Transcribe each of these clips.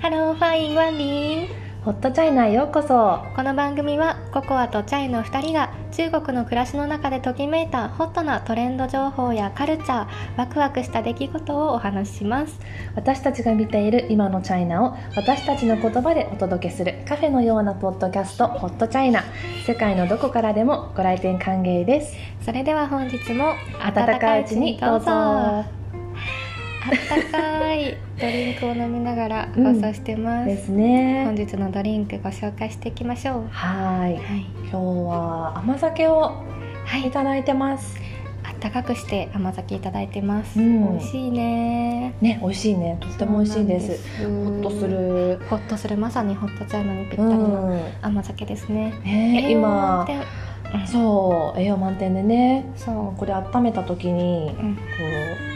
ハローファインワンリーホットチャイナへようこそこの番組はココアとチャイの2人が中国の暮らしの中でときめいたホットなトレンド情報やカルチャーワクワクした出来事をお話しします私たちが見ている今のチャイナを私たちの言葉でお届けするカフェのようなポッドキャストホットチャイナ世界のどこからでもご来店歓迎ですそれでは本日も温かいうちにどうぞあったかいドリンクを飲みながら放送してます、です本ね日のドリンクご紹介していきましょうはーいはい、今日は甘酒をはいいただいてますあったかくして甘酒いただいてます、うん美味しいねね美味しいねとっても美味しいですそうホなんでッとするホッとするまさにホットチャイナにぴったうりのん甘酒ですね、ね栄養満今点うんそう栄養満点でねそこれ温めた時にう、うん、こう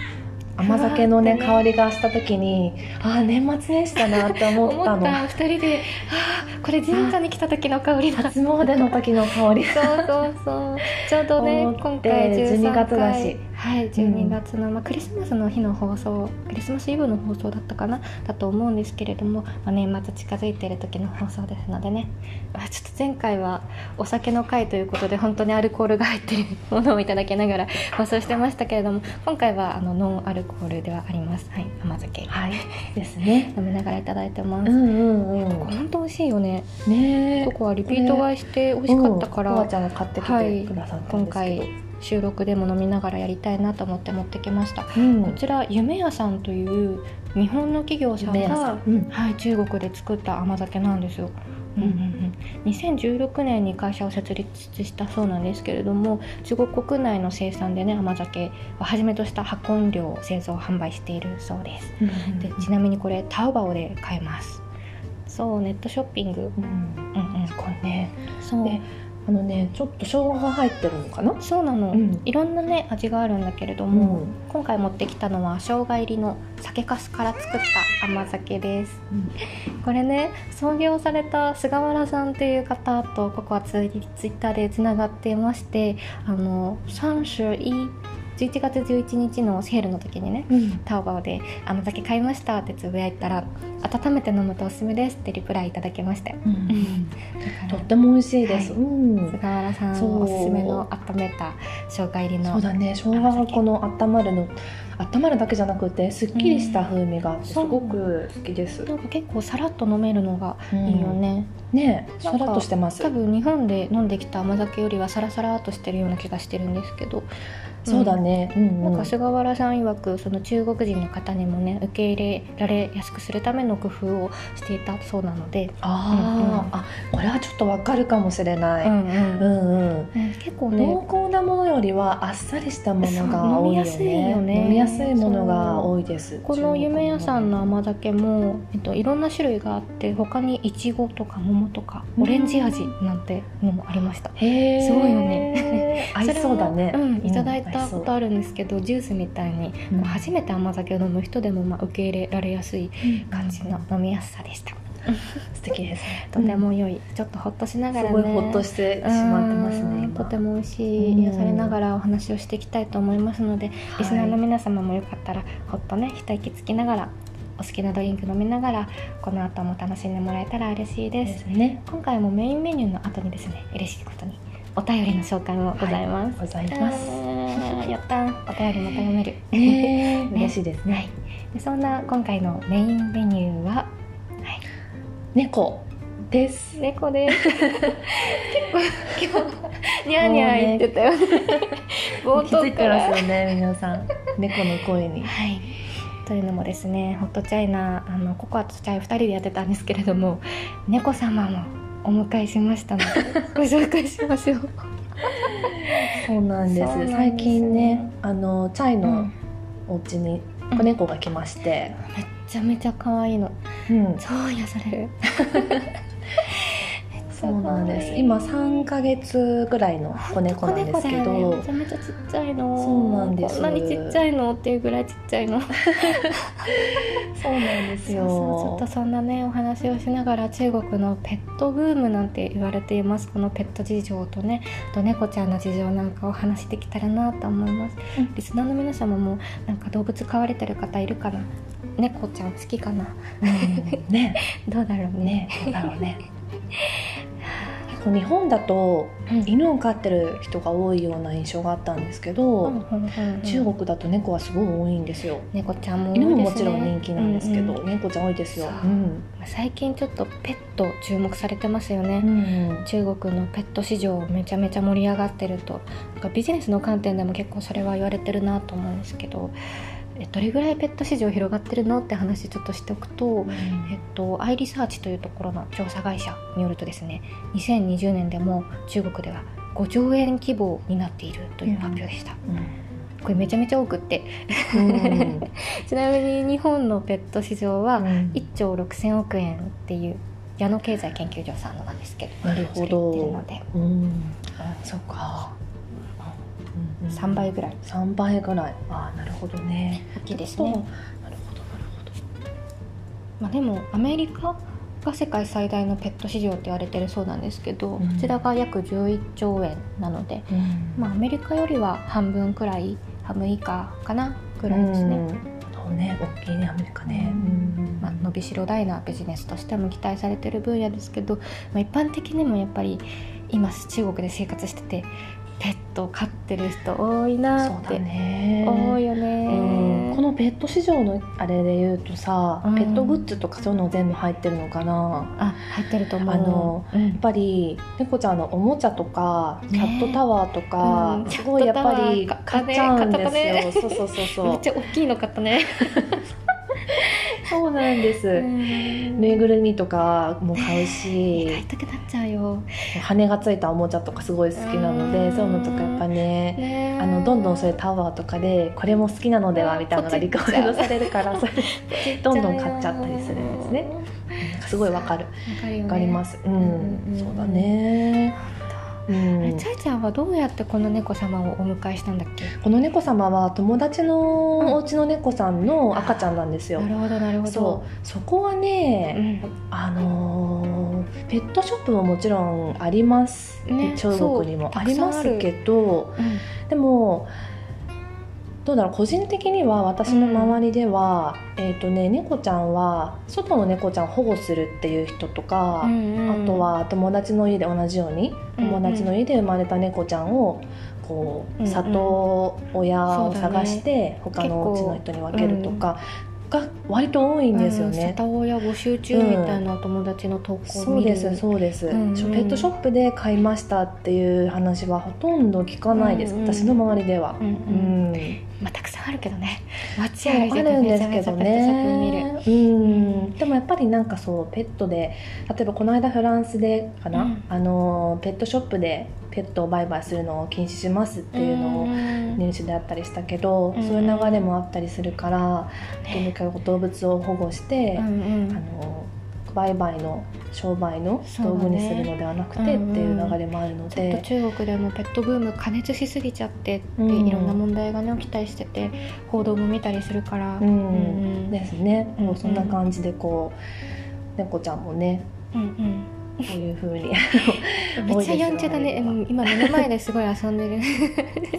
甘酒のねふわー香りがした時にああ年末年始だなって思思っったのた二人であーこれ神社に来た時の香りだ初詣の時の香りそうそうそうちょうどね思って今回13回12月だしはい12月の、まあ、クリスマスの日の放送クリスマスイブの放送だったかなだと思うんですけれども、まあ、年末近づいている時の放送ですのでね、まあ、ちょっと前回はお酒の回ということで本当にアルコールが入っているものをいただきながら放送してましたけれども今回はあのノンアルコールではあります、はい、甘酒はいです ね飲みながらいただいてまうす、んうんうこれん本当美味しいよねねココアリピート買いして美味しかったから、うんコアちゃんが買ってきてくださったん今ですけ回ど収録でも飲みながらやりたいなと思って持ってきましたこうんちら夢屋さんという日本の企業さん夢屋さがんうんはい、中国で作った甘酒なんですよ、ううんんうんうん、2016年に会社を設立したそうなんですけれども中国国内の生産でね甘酒をはじめとした発酵飲料を製造販売しているそうですでちなみにこれタオバオで買えますそうネットショッピングうんうんうんすごいねそうであのねちょっと生姜が入ってるのかなそうなの、うんいろんなね味があるんだけれども、今回持ってきたのは生姜入りの酒粕から作った甘酒ですうんこれね創業された菅原さんという方とここはツイツイッターでつながっていましてあの31 11月11日のセールの時にねうんタオバオで「甘酒買いました」ってつぶやいたら「温めて飲むとおすすめです」ってリプライいただきましてうんとだっかても美味しいですはうんら菅原さんそうおすすめの温めた生姜入りそうのだね生姜がこの温まるの温まるだけじゃなくてすっきりした風味があってすそうごく好きです、なんか結構さらっと飲めるのがうんいいよね、ねえなさんからっとしてます多分日本で飲んできた甘酒よりはサラサラっとしてるような気がしてるんですけどそうだ、ね、うんうんうんなんか菅原さん曰くその中国人の方にもね受け入れられやすくするための工夫をしていたそうなので、あー、あこれはちょっとわかるかもしれない、うんうんううんんね結構ね濃厚なものよりはあっさりしたものがそう多飲みいよやすいよねね飲みやすいものが多いですこの夢屋さんの甘酒も、えっと、いろんな種類があって他にいちごとか桃とかオレンジ味なんてのもありました、へーすごいよね 合いそうだねそれもうん、いただいうん合たそこうとあるんですけど、ジュースみたいに、こううん初めて甘酒を飲む人でもまあ受け入れられやすい感じの飲みやすさでした。素敵ですねとても良い、ちょっとほっとしながすらね。ごいホッとしてしまってますうんね今とても美味しういん癒されながらお話をしていきたいと思いますので、リスナーの皆様もよかったらほっとね一息つきながらお好きなドリンク飲みながらこの後も楽しんでもらえたら嬉しいです。ですね今回もメインメニューの後にですね嬉しいことにお便りの紹介もございます。ございあますーやったーお便りまた読める、 ねね嬉しいですねでそんな今回のメインメニューは猫です猫です結構今日ニャーニャー言ってた よね冒気づ頭いかてらますよね皆さん猫の声にはいというのもですねホットチャイナあのココアとチャイ2人でやってたんですけれども猫様もお迎えしましたので ご紹介しましょうそうなんですそうなんです最近ねあのチャイうんのお家に子猫が来まして、めっちゃめちゃ可愛いのうん超癒されるめっちゃ可 そ愛いうなんです今3ヶ月ぐらいの子猫なんですけ本当子猫だよねどめちゃめちゃちっちゃいのそうなんですこんなにちっちゃいのっていうぐらいちっちゃいのそうそうなんでそすうちょよっとそんなねお話をしながら中国のペットブームなんて言われていますこのペット事情とねあと猫ちゃんの事情なんかお話しできたらなと思います、うんリスナーの皆様もなんか動物飼われてる方いるかな猫ちゃん好きかなうんねどうだろうねねどうだろうね結構日本だとうん犬を飼ってる人が多いような印象があったんですけど、中中国国だと猫はすごい多いんですよ、猫ちゃんも多いです犬ねももちろん人気なんですけど、うう猫ちゃん多いですよ、そう最近ちょっとペット注目されてますよね、うん中国のペット市場めちゃめちゃ盛り上がってるとなんかビジネスの観点でも結構それは言われてるなと思うんですけどえどれぐらいペット市場広がってるのって話ちょっとしておくと、えっと、アイリサーチというところの調査会社によるとですね2020年でも中国では5兆円規模になっているという発表でした、これめちゃめちゃ多くってうんちなみに日本のペット市場はうん1兆6000億円っていう矢野経済研究所さんのなんですけどなるそほどれ言ってるのでうんあそうか3倍ぐらい3倍ぐらいああなるほどね大きいですねなるほどなるほどまあ、でもアメリカが世界最大のペット市場って言われてるそうなんですけど、うんこちらが約11兆円なので、うんまあ、アメリカよりは半分くらい半分以下かなぐらいですね、うんそうね大きいねアメリカねうんまあ、伸びしろ大なビジネスとしても期待されてる分野ですけど、まあ、一般的にもやっぱり今中国で生活しててペットを飼ってる人多いなそうっだて、ね多いよね、うんこのペット市場のあれで言うとさ、うんペットグッズとかそういうの全部入ってるのかなあ入ってると思うあのうんやっぱり猫ちゃんのおもちゃとかキねャットタワーとか、うんすごいやっぱりキャットタワー買っちゃうん買ったねですよ、そうそうそうめ そっうちゃ大きいの買ったね。そうなんです、ぬいぐるみとかも買うし買いたくなっちゃうよ。羽がついたおもちゃとかすごい好きなのでうんそういうのとかやっぱねねあのどんどんそういうタワーとかでこれも好きなのではみたいなのがうんリコメンドされる からそれどんどん買っちゃったりするんですね。すごいわかるわかるよ、ね。わかりますううんうんんそうだねうあれんチャイちゃんはどうやってこの猫様をお迎えしたんだっけ。この猫様は友達のお家の猫さんの赤ちゃんなんですよなるほどなるほど。そうそこはうねんあのーペットショップももちろんありますね中国にもそうありますけどうんでもどうだろう個人的には私の周りでは、えっ、とね猫ちゃんは外の猫ちゃんを保護するっていう人とか、うんうんあとは友達の家で同じようにうんうん友達の家で生まれた猫ちゃんをこうんううん里親をそうだね探して他のうちの人に分けるとかが割と多いんですようんね。里親募集中みたいなお友達の投稿そをう見る。ですそうです、うんうんちょペットショップで買いましたっていう話はほとんど聞かないです、うんうん私の周りではう。んううん。んまあたくさんあるけどね。街あ歩いててるんめでちゃすけめちゃどペットショップ見る。ね。うん、でもやっぱりなんかそうペットで例えばこの間フランスでかな、うんあのペットショップでペットを売買するのを禁止しますっていうのをんニュースであったりしたけど、うんそういう流れもあったりするから、とにかく動物を保護して、うんうんあの売買の商売のそうだ道ね具にするのではなくてっていう流れもあるちのょっとで、中国でもペットブーム加熱しすぎちゃってって、うんいろんな問題がね起きたりしてて報道も見たりするから、うんうんですね、もうそんなうんうん感じでこう猫ちゃんもねうんこういうふ うにうんめっちゃやんちゃだね、 多いですようん今目の前ですごい遊んでる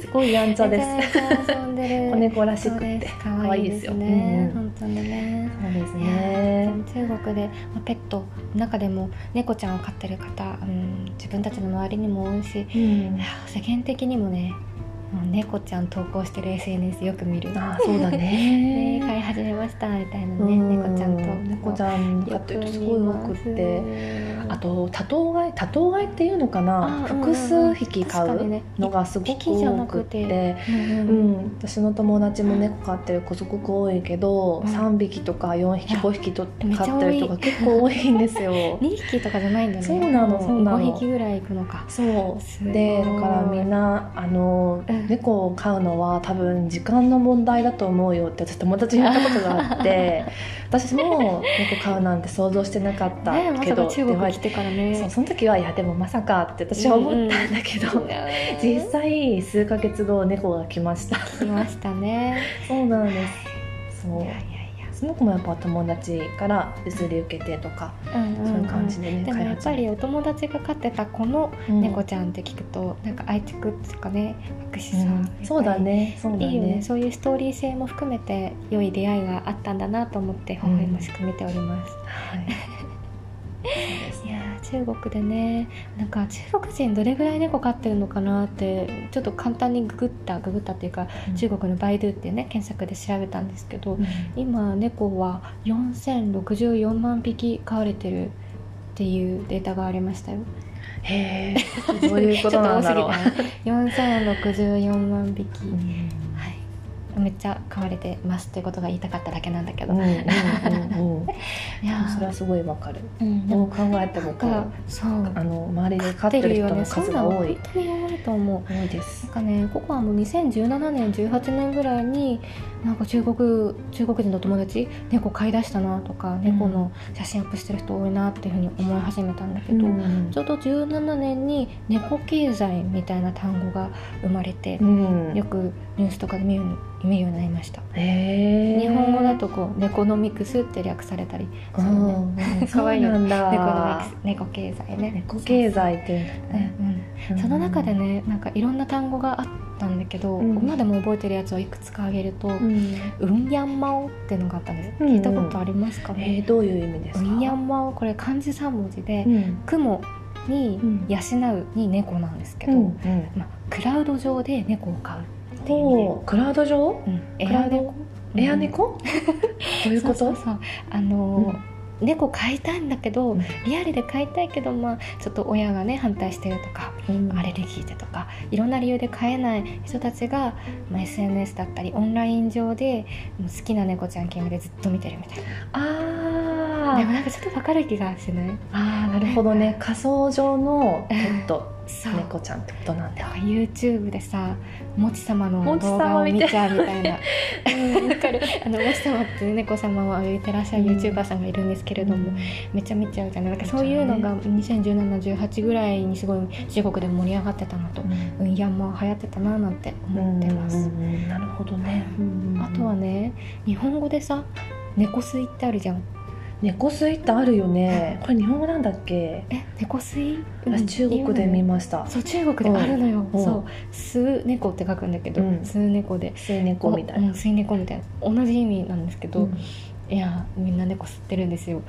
すごいやんちゃです。めちゃめちゃ遊んでる子猫らしくっそうでてす可可愛愛いいでですすよ。ね、うんうん本当にねそうですいやね。中国で、まあ、ペット中でも猫ちゃんを飼ってる方、うん、自分たちの周りにも多いしうんいや世間的にもねもう猫ちゃん投稿してる SNS よく見るあー、そうだね、飼ね。い始めましたみたいなうね、猫ちゃんと猫ちゃんかっていうとすごい多くって。ああとと多頭飼い多頭飼いっていうのかなあー複数匹飼確かにうねのがすご一く匹じゃな多くくてて、うんううんん、私の友達も猫飼ってる子すごく多いけど、うん3匹とか4匹いや5匹とめっちゃ。飼ってる人が結構多いんですよ 二匹とかじゃないんだねそうなのそうなの5匹ぐらいいくのかそうすごいでだからみんなあの、うん猫を飼うのは多分時間の問題だと思うよって私友達に言ったことがあって 私も猫飼うなんて想像してなかったねまけさど、かって中言わ国れ来ててからねそうその時はいやでもまさかって私は思ったんだけど、いやー実際数ヶ月後猫が来ました来ましたねそうなんですそいうやいやいやその子もやっぱ友達から譲り受けてとか、うんうんそういう感じでね、でも開やっ発ぱりお友達が飼ってた子のうん猫ちゃんって聞くと、なんか愛着っていうかね博士うさん、やっぱん、りそうだねそうだいいよねねそういうストーリー性も含めて良い出会いがあったんだなと思って微笑ましく見ております、はいそうですいやー中国でねなんか中国人どれぐらい猫飼ってるのかなってちょっと簡単にググったググったっていうかうん中国のバイドゥっていうね検索で調べたんですけどうん今猫は4064万匹飼われてるっていうデータがありましたよへえどういうことなんだろうちょっと多すぎない4064万匹、うんはいめっちゃ飼われてますっていうことが言いたかっただけなんだけど、うんいうんうんうんやーそれはすごいわかるうんででもも考えてなもこんうかそうあの周りで飼ってる人の数が多飼ってるよねいそうなの本当に多いと思う多いでなんすかねココアも2017年18年ぐらいになんか中国中国人の友達猫飼い出したなとか猫の写真アップしてる人多いなっていうふうに思い始めたんだけけどど、ちょうど17年に猫経済みたいな単語が生まれてう、んよくニュースとかで見る見るようになりました。へー日本語だとこう猫ノミクスって略されたり、そううねんうん可愛いよそうな猫ノんミだクス猫経済ね。猫経済っていうんだそうそう。ねうんうんその中でねなんかいろんな単語があったんだけど、うん今でも覚えてるやつをいくつかあげるとう、んうんやんまおっていうのがあったんです、うんうん聞いたことありますかえね、ーどういう意味ですかうんやんまおこれ漢字3文字でう、ん雲にうん養うに猫なんですけど、うんうんまあ、クラウド上で猫を飼うっていう意味で、ほうクラウド上うん、エクラアウド猫エア猫どういうこそとうそうそうあのー猫飼いたいんだけどリアルで飼いたいけど、まあ、ちょっと親がね反対してるとかアレルギーでとかいろんな理由で飼えない人たちが、まあ、SNS だったりオンライン上でもう好きな猫ちゃん決めてずっと見てるみたいなあでーもなんかちょっとわかる気がしないあーなるほどね仮想上のペットそう猫ちゃんってことなんだだから YouTube でさもち様ものち動様画を見見てちゃうみたい なわかるあのもち様っていう猫様を歩いてらっしゃるうん YouTuber さんがいるんですけれども、めっちゃ見ちゃうじゃないなんかそういうのが201718ぐらいにすごい中国で盛り上がってたなと、うんうん、いやもう流行ってたななんて思ってます。うんうんうんなるほどねあとはね日本語でさ「猫吸い」ってあるじゃん猫吸いってあるよねこれ日本語なんだっけえ猫吸い私中国で見まましたそう中国であるのよ、うんそう「吸う猫」って書くんだけど「うん吸う猫で」吸い猫みたいうんな吸い猫みたいな同じ意味なんですけど、うんいやみんな猫吸ってるんですよ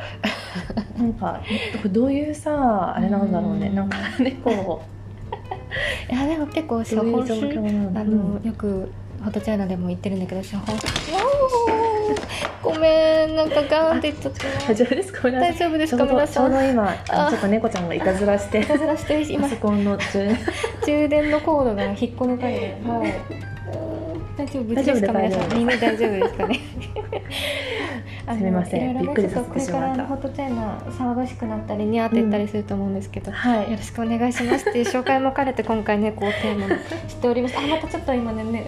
なんかこれどういうさあれなんだろうねうんなんか猫をいやでも結構ど処ういう方状況種なんあだの、よくフォトチャイナでも言ってるんだけど処方ごめんなんかガーンって言っちゃった大丈夫ですかごめんなさ大い丈夫でちすょうかど皆ちょさうんいど今あちょっと猫ちゃんがいたずらしてたずらしてるしパ今ソコンの中充電のコードが引っこ抜かれて、大丈夫無事ですか皆大丈夫さんみんな大丈夫ですかねあの すみませんいろいろびっくねりちさょっとせこてれしかまらったのホットチャイナ騒がしくなったりにあっていったりすると思うんですけど、はよいろしくお願いしますっていう紹介も兼ねて今回猫をテーマ にしておりますあまたちょっと今ねね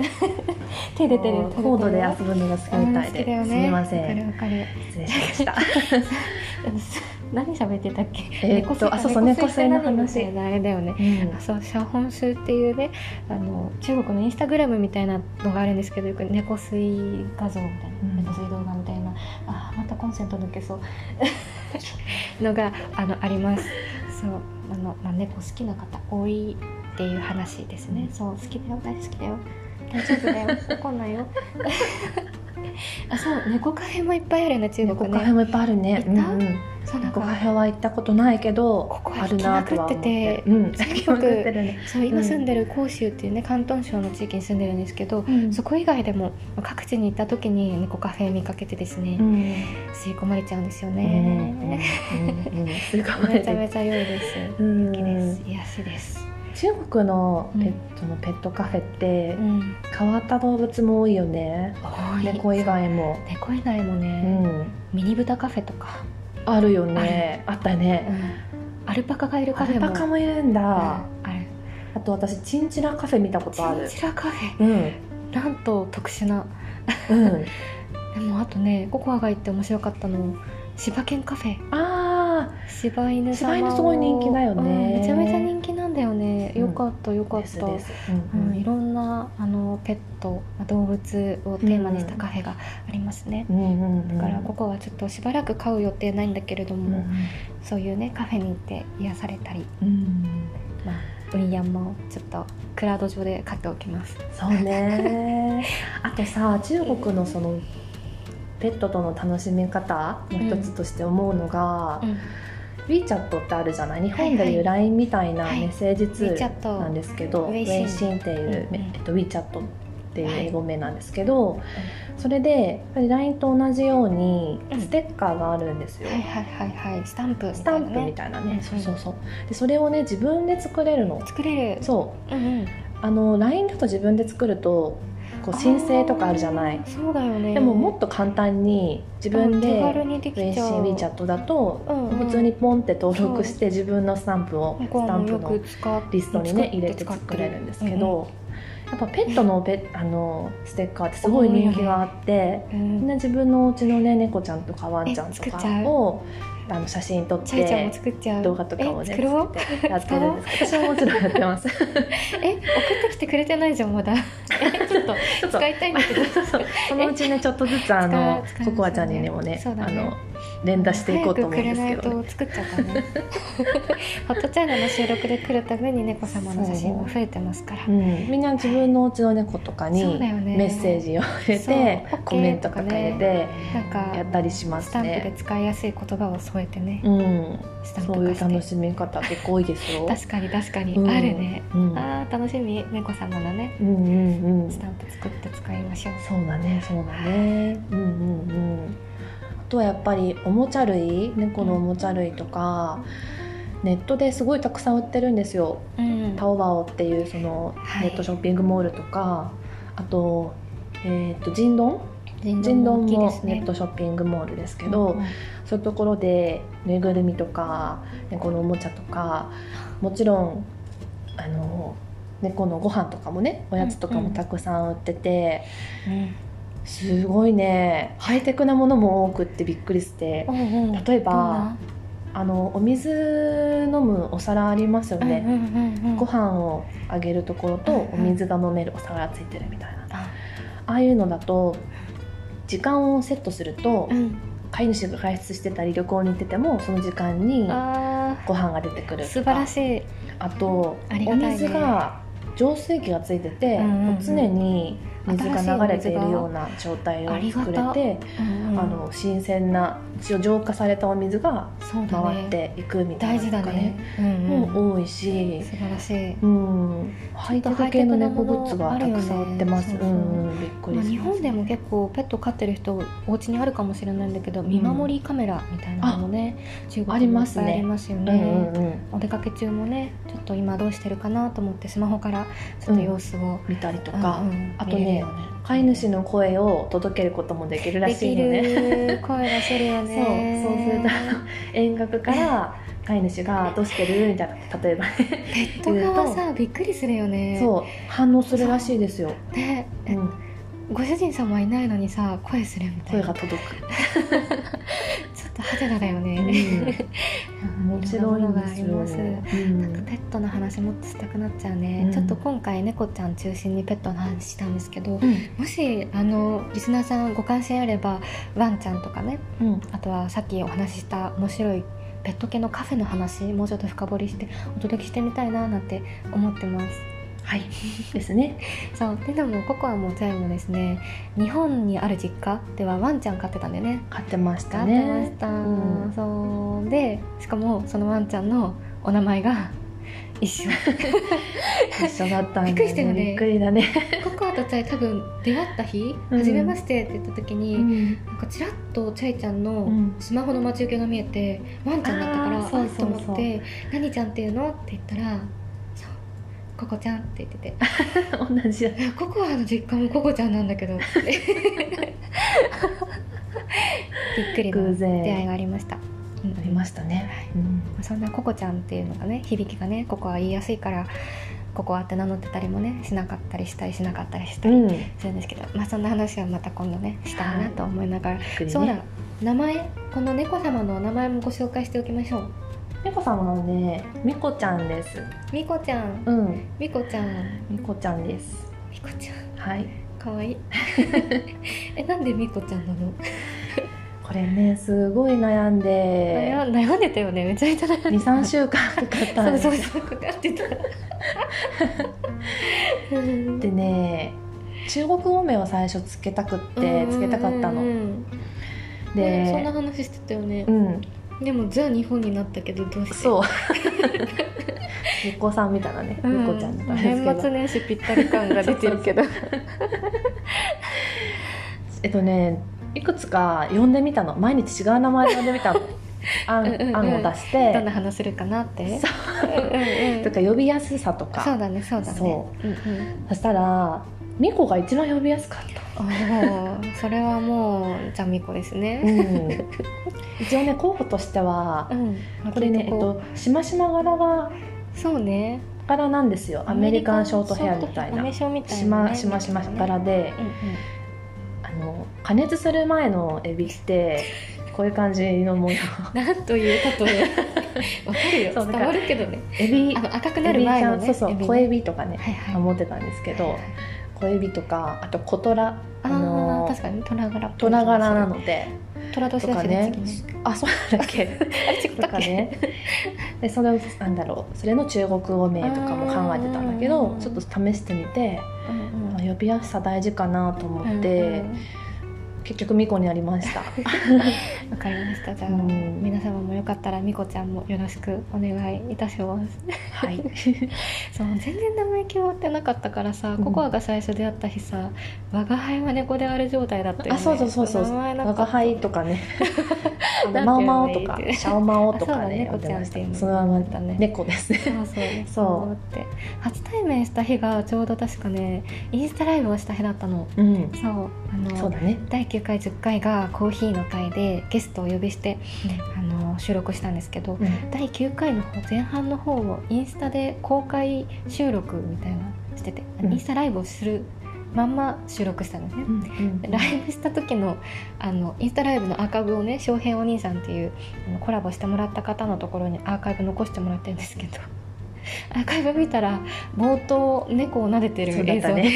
手出てるもうコードで遊ぶのが好きみたあーいで、好きだよすねみませんわかるわかる失礼しました何喋ってたっけえーっと吸いあそうそう猫吸いの何み話たいなあれだよねあそうシャホンスっていうねあの中国のインスタグラムみたいなのがあるんですけどよく猫吸い画像みたいな、うん猫吸い動画みたいなあーまたコンセント抜けそう のがあのありますそうあの、まあ、猫好きな方多いっていう話ですねそう好きだよ大好きだよ大丈夫だよ怒んないよ あそう猫カフェもいっぱいあるよね中猫国カフェねもいっぱいあるね行ったうんうんそうなん猫かカフェは行ったことないけどここはあるなとは思って行きまくっててうんすごく行きまくってるねそう今住んでる広州っていうね広東省の地域に住んでるんですけどそこ以外でもまあ各地に行った時に猫カフェ見かけてですね、うん吸い込まれちゃうんですようんね、うんうんすごいめちゃめちゃ良いですうん好きです癒しです、中国のペットのペットカフェってうん、変わった動物も多いよね多い猫以外も猫以外もうね、んミニブタカフェとか、あるよねあったねアルパカがいるカアフェルもパカもいるんだうんあるあと私チンチラカフェ見たことあるチンチラカフェうんなんと特殊なうんでもあとねココアが行って面白かったの柴犬カフェああ柴犬様を柴犬すごい人気だよねうんめちゃめちゃ人気なんだよねよよかったよかっですたです、ううんうんん、いろんなあのペットまあ動物をテーマにしたカフェがありますね、うんうんうん、だからここはちょっとしばらく買う予定ないんだけれどうんも、そういうねカフェに行って癒されたりうんウイヤンもちょっとクラウド上で買っておきますそうねあとさ中国のそのペットとの楽しみ方の一つとして思うのが、WeChat ってあるじゃない日本でいはうい LINE みたいなはいメッセージツール WeChat なんですけど、うんウェイシンっていう、うんうんえっと、WeChat っていう英語名なんですけど、それでやっぱり LINE と同じようにうんステッカーがあるんですよ、はいはいはいはいスタンプみスたタいなンプみねたいなうんうねんそうそうそうでそれをね自分で作れるの作れる、そうんうん、うあの LINE だと自分で作るとこう申請とかあるじゃないあーそうだよねでももっと簡単に自分手で軽にでき電ち信ゃう WeChat だとうんうん普通にポンって登録して自分のスタンプを向スこうタンもプよくの使ってリストにね入れて使っ作てれるんですけどやっぱペットのペあのステッカーってすごい多いよ人ね気があってうみんんな自分のお家のね猫ちゃんとかワンちゃんえと作かっちゃうをあの写真撮っチャイちゃんもて作っちゃう動画とかをねえ作ろう作ってやってるん です私はもちろんやってますえ送ってきてくれてないじゃんまだえちょっと ちょっと使いたいんだけどそうそうそのうちねちょっとずつあの使いますよねココアちゃんにでもねそうだあねの連打していこうと思うんですけ早くくど、れね、ないと作っちゃったねホットチャイナの収録で来るために猫様の写真も増えてますからうん、みんな自分のお家の猫とかにそうだよねメッセージを入れそうて OK コメントとか入れてなんかやったりしまスすタンプでね。使いやすい言葉を添えてねうん、スタンプそうい化う楽してしみ方結構多いですよ。確かに確かにうんあるねうん、うんあー楽しみ猫様のねうんうんス。タンプ作って使いましょうそうだね、そうだね。うんうんうん。あとはやっぱりおもちゃ類、猫のおもちゃ類とか、ネットですごいたくさん売ってるんですよ。うんタオバオっていうそのはいネットショッピングモールとか、あと,、えー、と人丼人人丼狼もネットショッピングモールですけど、そういうところでぬいぐるみとか猫のおもちゃとかもちろんあの猫のご飯とかもねおやつとかもたくさん売ってて、すごいねハイテクなものも多くってびっくりしてうんうん例えばあのお水飲むお皿ありますよどんね。なうんうんうんうんご飯をあげるところとうんうんお水が飲めるお皿がついてるみたいなあああいうのだと時間をセットするとうん飼い主が外出してたり旅行に行っててもその時間にあご飯が出てくーる素晴らしいあとありおがたいね水が浄水器がついてて、うんうんうん常に水が流れているような状態をありが作たれてああの新鮮な一応浄化されたお水がそうだね回っていくみたい大事なのだがねね、うんうんもう多いし。素晴らしいうん、ハイテク系の猫グッズがたくさん売ってます。そううそうんうん、びっくまりしまあ、す。日本でも結構ペット飼ってる人お家にあるかもしれないんだけど見守りカメラみたいなのもね、中あ国りにもまいっすぱいねありますようんねうんうん、お出かけ中もねちょっと今どうしてるかなと思ってスマホからちょっと様子を、見たりとうんか、うんあと見れるねよね、飼い主の声を届けることもできるらでしいきのね。る声出せるよねそうそうすると遠隔から飼い主がどうしてるみたいな、例えばね、ペット側さびっくりするよねそう反応するらしいですよ。ねうえん、ご主人様いないのにさ声するみたい声なが届く。ちょっとハテナだようね、ん、面ろ白んいなもんのがであすりよ。ますうんペットの話もっとしたくなっちゃうね、うんちょっと今回猫ちゃん中心にペットの話したんですけどうんもしあのリスナーさんご関心あればワンちゃんとかねうん、あとはさっきお話しした面白いペット系のカフェの話もうちょっと深掘りしてお届けしてみたいななんて思ってますはい、ですね。そうででもココアもチャイもですね日本にある実家ではワンちゃん飼ってたんだよね飼ってまし飼たってましね。た、うんそうでしかもそのワンちゃんのお名前 が一緒一緒だったんだ、びっくりしたよねびっくりだね。ココアとチャイ多分出会った日「うん初めまして」って言った時に、うんなんかちらっとチャイちゃんのうんスマホの待ち受けが見えて、ワンちゃんだったからああーそうそうそうっと思って「何ちゃんっていうの?」って言ったら「そうココちゃん」って言って て同じやいやココアの実家もココちゃんなんだ けどってびっくり偶な然出会いがありました。うんありましたね、うんそんなココちゃんっていうのがね響きがねココア言いやすいからココアって名乗ってたりもねしなかったりしたりしなかったりしたりするんですけど、まあそんな話はまた今度ねしたいなと思いながら、びっくりねそうだ名前この猫様のお名前もご紹介しておきましょう猫さんはね、みこちゃんです。みこちゃんうん、みこちゃんみこちゃんです。みこちゃんはい。かわいい えなんでみこちゃんなのこれね、すごい悩んで、悩ん悩んでたよねめちゃめちゃ悩んで二三週間かかったんそでうすそうそうこうやってたうん でね、中国語名を最初つけたくってつけたかったうんうの。んうんねそんなで、話してたよねう、ん、でもじゃあ日本になったけどどうして そう。みこさんみたいなね、みこちゃんみたいなんですけど。年末年始ぴったり感が出てるけどえっとねいくつか呼んでみたの毎日違う名前で呼んでみたの案うんうんうん案を出 しどんてな話するかなって,、そうんうん、とか呼びやすさとかそうそだねそうだねそうんうん、したらミコが一番呼びやすかった、おーそれはもうじゃあみこですうね、ん、一応ね候補としてはうんこれねえっとしましま柄がそうね柄なんですよアメリカンショートヘアみたいアなメショみたいしな、まね、しましまら、柄でうんうん、あの加熱する前のエビってこういう感じの 模様なんという例え わかるよそうだ伝からわるけどねエビあの赤くなエるビち前ゃのんねそうそうね小エビとかねはいはい思ってたんですけど小エビとかあと小虎ああのの確かにトラ柄っぽい虎柄なのでトラ年とだかしねね次ねあそうなんだっけあれ違っ とたっかけねでそれをなんだろうそれの中国語名とかも考えてたんだけうどんちょっと試してみてうんうんあ呼びやすさ大事かなと思って、うんうん結局ミコになりま したわかりましたじゃあ、うん皆様もよかったらみこちゃんもよろしくお願いいたしますはい そう全然名前決まってなかったからさ、うんココアが最初出会った日さ我が輩は猫である状態だったよねあそうそうそうそう名前なん我がか輩とかねあのなマんオて言えマばオいいっとかてシャオマオとあかそうだねね呼んでました猫ちゃんっていうそのままだね猫ですねそうそうねそう猫って初対面した日がちょうど確かねインスタライブをした日だったのうんそうあのそうだね第9回10回がコーヒーの会でゲストをお呼びして、あの収録したんですけど、うん第9回の方前半の方をインスタで公開収録みたいなしてて、うんインスタライブをするまんま収録したんですねう、んうんライブした時のあのインスタライブのアーカイブをね翔平お兄さんっていうあのコラボしてもらった方のところにアーカイブ残してもらってるんですけどアーカイブ見たら冒頭猫を撫でてるそうだっ映像たで、ね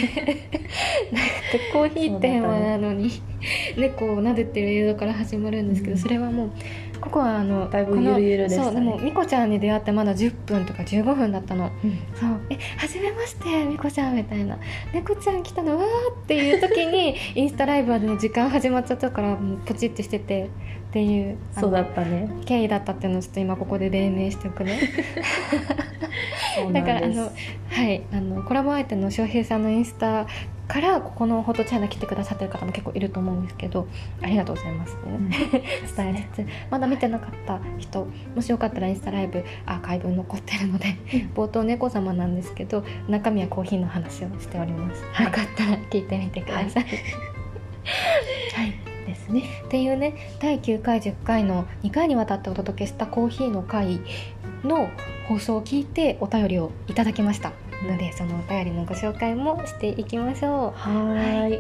コーヒー店そうだったなねのに、猫を撫でてる映像から始まるんですけど、うんそれはもうここはあのだいぶこのゆるゆるでしたそうねでもみこちゃんに出会ってまだ10分とか15分だったのうんそう「え初めましてみこちゃん」みたいな「猫ちゃん来たのわー」っていう時 にインスタライブの時間始まっちゃったからもうポチってしててっていうあのそうだったね。経緯だったっていうのをちょっと今ここで黎明しておくね。だからあのはい、あのコラボ相手の翔平さんのインスタからここのホットチャイナ来てくださってる方も結構いると思うんですけどありがとうございます、うん 伝えつつまだ見てなかった人もしよかったらインスタライブアーカイブ残ってるので冒頭猫様なんですけど中身はコーヒーの話をしております、はいよかったら聞いてみてください、はいですね。っていうね第9回10回の2回にわたってお届けしたコーヒーの会の放送を聞いてお便りをいただきましたのでそのお便りのご紹介もしていきましょはーい。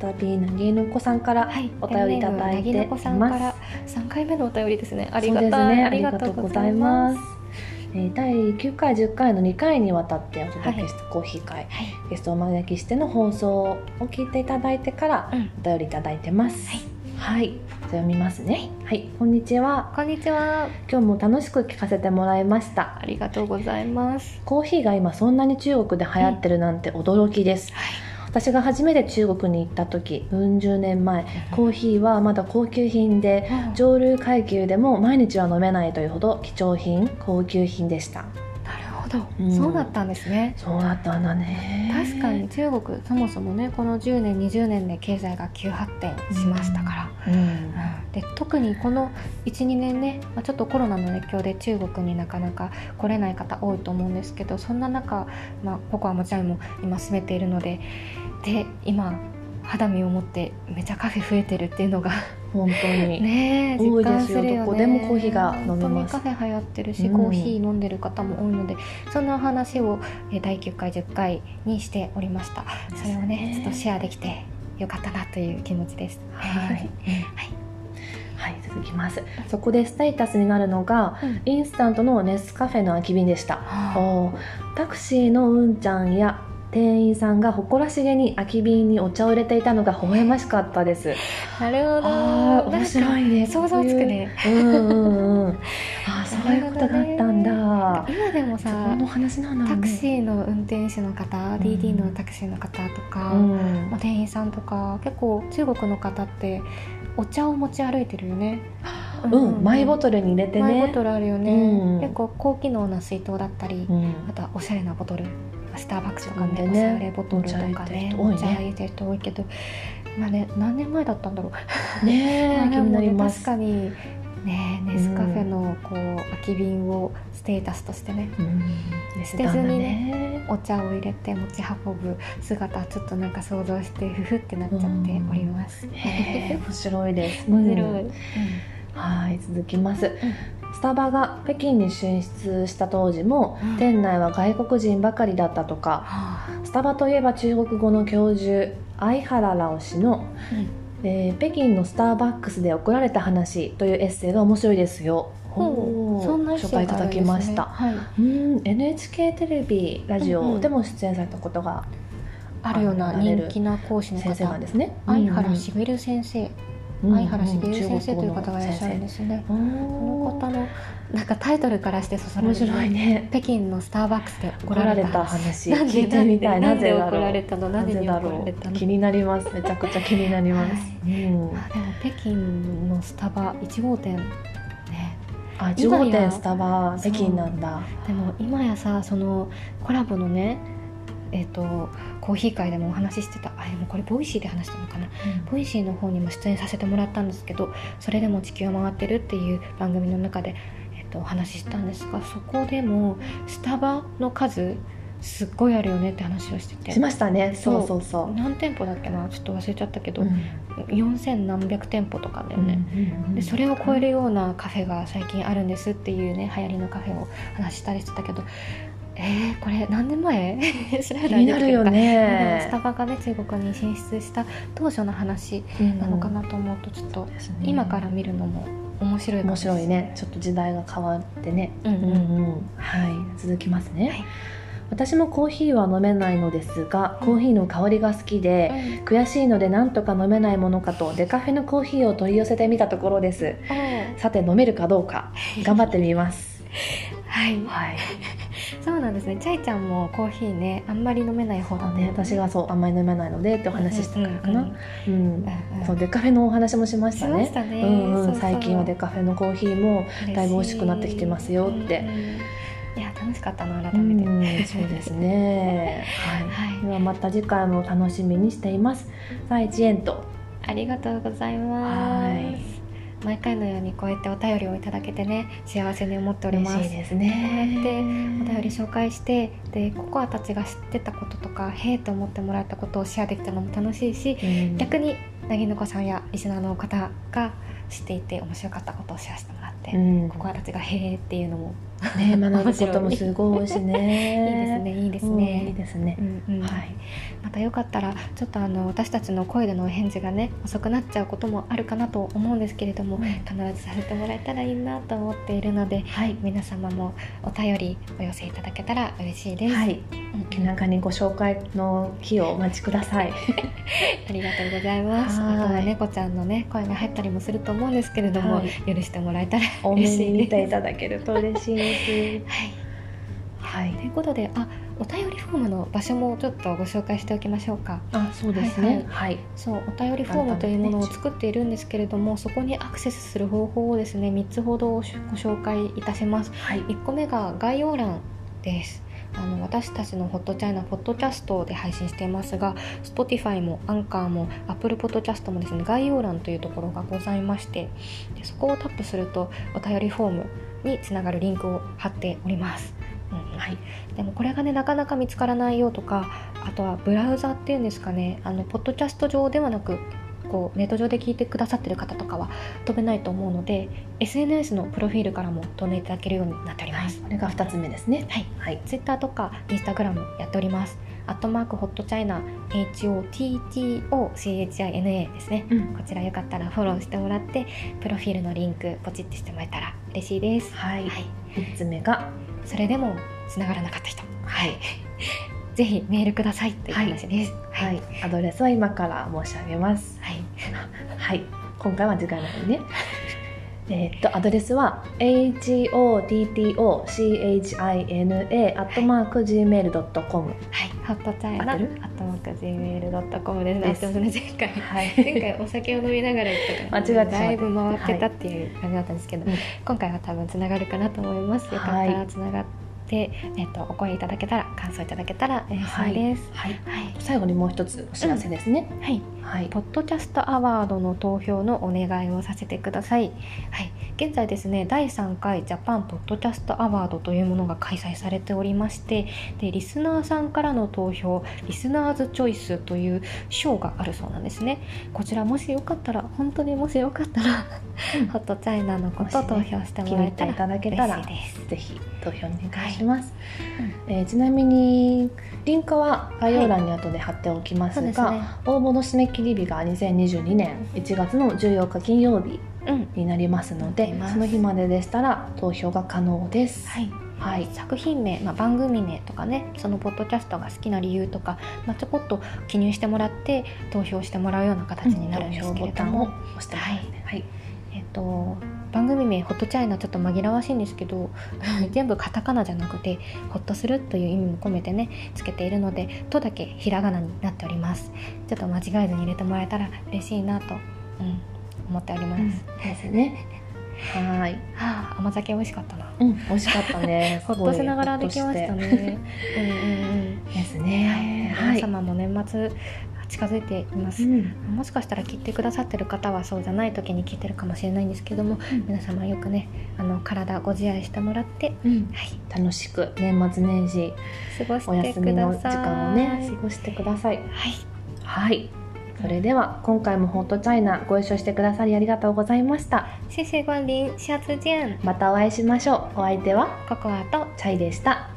再びなぎのこさんかうらはいお便りいただいてペンネームなぎのこさんかまら3回目のお便りですねありがそうですたい、ねありがとうございますは。えー第9回10回の2回にわたってお届けしたコーヒー会、いゲストをお招きしての放送を聞いていただいてからうんお便りいただいてます。はいはい。じゃあ読みますね。はい。こんにちは。こんにちは今日も楽しく聞かせてもらいました。ありがとうございますコーヒーが今そんなに中国で流行ってるなんて驚きです、はい私が初めて中国に行った時うん十年前コーヒーはまだ高級品でなる上流階級でも毎日は飲めないというほど貴重品高級品でしたほど、うんそうだったんですねそうだったんだね確かに、中国そもそもねこの10年20年で経済が急発展しましたから、うんで特にこの12年ね、まあ、ちょっとコロナの影響で中国になかなか来れない方多いと思うんですけどそんな中、まあ、ココアもチャイも今住めているのでで今肌身を持ってめちゃカフェ増えてるっていうのが本当に、ねえ多実いで感すすよるよねどこでもコーヒーが飲めます本当にカフェ流行ってるし、うんコーヒー飲んでる方も多いのでそんな話をえー第9回10回にしておりましたそれを ねちょっとシェアできてよかったなという気持ちですはい、はいはい続きますそこでステータスになるのが、うんインスタントのネスカフェの空き瓶でしたおータクシーのうんちゃんや店員さんが誇らしげに空き瓶にお茶を入れていたのが微笑ましかったです。なるほどああー面い白いね。想像つくねこういう。うんうんうん。あーそういうことがあったんだ。今でもそさこの話なんだろタうね。クシーの運転手の方、ん DD のタクシーの方とか、うんまあ、店員さんとか結構中国の方ってお茶を持ち歩いてるよね。うん、マイボトトルに入れてマね。イボトルあるよね、うん結構高機能な水筒だったり、うん、あとはおしゃれなボトルスターバックスとか自ね分おでしねゃれボトルとかねおお茶茶入入れてる人多いけどまあね何年前だったんだろうねえ気になりま確す。かにねネスカフェのこう空き瓶をステータスとしてねうん、捨てずにね捨てたんだね。お茶を入れて持ち運ぶ姿ちょっとなんか想像してふふってなっちゃっております。 へえ面白いです。面白い、うんはい続きます、スタバが北京に進出した当時もうん店内は外国人ばかりだったとかはスタバといえば中国語の教授相原ラオ氏の、あえー北京のスターバックスで怒られた話」というエッセイが面白いですよ。ほおーうそんな紹介いただきました。はい、うん NHK テレビラジうんうオんでも出演されたことがあるような人気な講師の先生方なんですね。相原茂先生、うんうん相原茂先生という方がいらっしゃるんで中すね。国語このの先生方のなんかタイトルからしてそそおーる面白いね。北京のスターバックスで怒怒らられれたた。話なんで聞いてみたい。ななんでぜなんだで怒ろらうれ。たのななぜぜにだ怒らろれたう。の気になります。めちゃくちゃ気にな ります。うまあんでも北京のスタバ1号店ねあ、今や15点スタバ北京なんだ。でも今やさそのコラボのねえっ、とコーヒー会でもお話ししてたあでもこれボイシーで話したのかなボイシーの方にも出演させてもらったんですけど「それでも地球を回ってる」っていう番組の中で、えっとお話ししたんですがそこでもスタバの数すっごいあるよねって話をしててしましたね。そそううそうそ何店舗だっけなちょっと忘れちゃったけう。ど、うん4000何百店舗とかだよね、でそれを超えるようなカフェが最近あるんですっていうね流行りのカフェを話したりしてたけどえー、これ何年前 調べたら気になるよでもスねタ。バがね中国に進出した当初の話なのかなと思うとちょっとうん。今から見るのも面白いかも面しれな白いね。ちょっと時代が変わってね。うんううんん、うん、はい続きますね、はい私もコーヒーは飲めないのですがコーヒーの香りが好きで、悔しいのでなんとか飲めないものかとデカフェのコーヒーを取り寄せてみたところですうんさて飲めるかどう か頑張ってみますはいはいそうなんですねチャイちゃんもコーヒーねあんまり飲めない方だあね私がそうあんまり飲めないのでっておお話ししたからかな、ううんんうんうんうんそうデカフェのお話もしまししたまねしたねうんうんそうそう最近はデカフェのコーヒーもだいぶ美味しくなってきてますよっ嬉しいうてんうんいや楽しかったなう改めて、んそうですねはいはいではまた次回も楽しみにしています。さあ、一円と。ありがとうございますはい毎回のようにこうやってお便りをいただけてね幸せに思っており嬉ますしいですね。こうやお便り紹介してでココアたちが知ってたこととかへえと思ってもらったことをシェアできたのも楽しいしうん逆になぎのこさんやリスナーの方が知っていて面白かったことをシェアしてもらって、うん、ココアたちがへえっていうのもね、学ぶこともすごい 多いしいいですね。ねいいですうんいいね。ですねう。んうんはい。またよかったらちょっとあの私たちの声でのお返事がね遅くなっちゃうこともあるかなと思うんですけれども必ずさせてもらえたらいいなと思っているのではい。皆様もお便りお寄せいただけたら嬉しいです。はい。うん気長にご紹介の日をお待ちください。ありがとうございます。はいあとは猫ちゃんのね声が入ったりもすると思うんですけれども、はい許してもらえたらお目に見ていただけると嬉しいです。はい。 はいと。いうことで、あ、お便りフォームの場所もちょっとご紹介しておきましょうか。あ、そうですねはい。そうお便りフォームというものを作っているんですけれどもそこにアクセスする方法をですね3つほどご紹介いたしますはい。 1個目が概要欄ですあの私たちのホットチャイナポッドキャストで配信していますが Spotify もアンカーも Apple ポッドキャストもですね概要欄というところがございましてでそこをタップするとお便りフォームにつながるリンクを貼っております、うんうんはい。でもこれがねなかなか見つからないよとかあとはブラウザっていうんですかねあのポッドキャスト上ではなくこうネット上で聞いてくださってる方とかは飛べないと思うので SNS のプロフィールからも飛んでいただけるようになっておりはまい、す。これが二つ目ですね。はいはい。 Twitter とか Instagram やっております。アットマークホットチャイナ HOTTOCHINA ですね。うんこちらよかったらフォローしてもらってプロフィールのリンクポチってしてもらえたら嬉しいです。ははい。い、三つ目が、それでも繋がらなかった人、はい。ぜひメールくださいという話です。は、はいい。アドレスは今から申し上げます。はい、はい。今回は時間ま でね。えーっとアドレスは h o t t o c h i n a アットマーク gmail ドットコム。はい、ホットチャイナ合アってるットマーク gmail ドットコムです。 です合ってますね前回。前 はい。回お酒を飲みながら行ったから間違えてしまっただいぶ回ってたっていう感じだったんですけど、うん今回は多分つながるかなと思いますよかったらつながって、えっとお声いただけたら感想いただけたら嬉しいですはい。はい、最後にもう一つお知らせですね。はいはい。ポッドキャストアワードの投票のお願いをさせてください、はい、現在ですね第3回ジャパンポッドキャストアワードというものが開催されておりましてでリスナーさんからの投票リスナーズチョイスという賞があるそうなんですねこちらもしよかったら本当にもしよかったら、うんホットチャイナのことを投票して気もらに入えったていらただけた嬉しらい。ですぜひ投票お願いします、えーちなみにリンクは概要欄に後で貼っておきますそうですが、ね応募の締め切り日が2022年1月の14日金曜日うんになりますのなりでますその日まででしたら投票が可能です。はいはい作品名、まあ、番組名とかねそのポッドキャストが好きな理由とか、まあ、ちょこっと記入してもらって投票してもらうような形になるんで投票すけボれどタンをも、押してもらって、はいえっと番組名「ホットチャイナ」ちょっと紛らわしいんですけど 全部カタカナじゃなくて「ホッとする」という意味も込めてねつけているので「と」だけひらがなになっておりますちょっと間違えずに入れてもらえたら嬉しいなと、うん、思っております、うんですね。はい、はあ甘酒美味しかったなうん、美味しかったね 。ほっとしながらできましたほっとねうんうんうんして。ですはいね。皆様も年末近づいています、うんもしかしたら聞いてくださってる方はそうじゃない時に聞いてるかもしれないんですけども、うん皆様よくねあの体ご自愛してもらって、うん、はい、楽しく年末年始過ごしおてく休みだの時さい間をね過ごしてくださいはいはいそれでは今回もホットチャイナご一緒してくださりありがとうございました谢谢光临下次见またお会いしましょうお相手はココアとチャイでした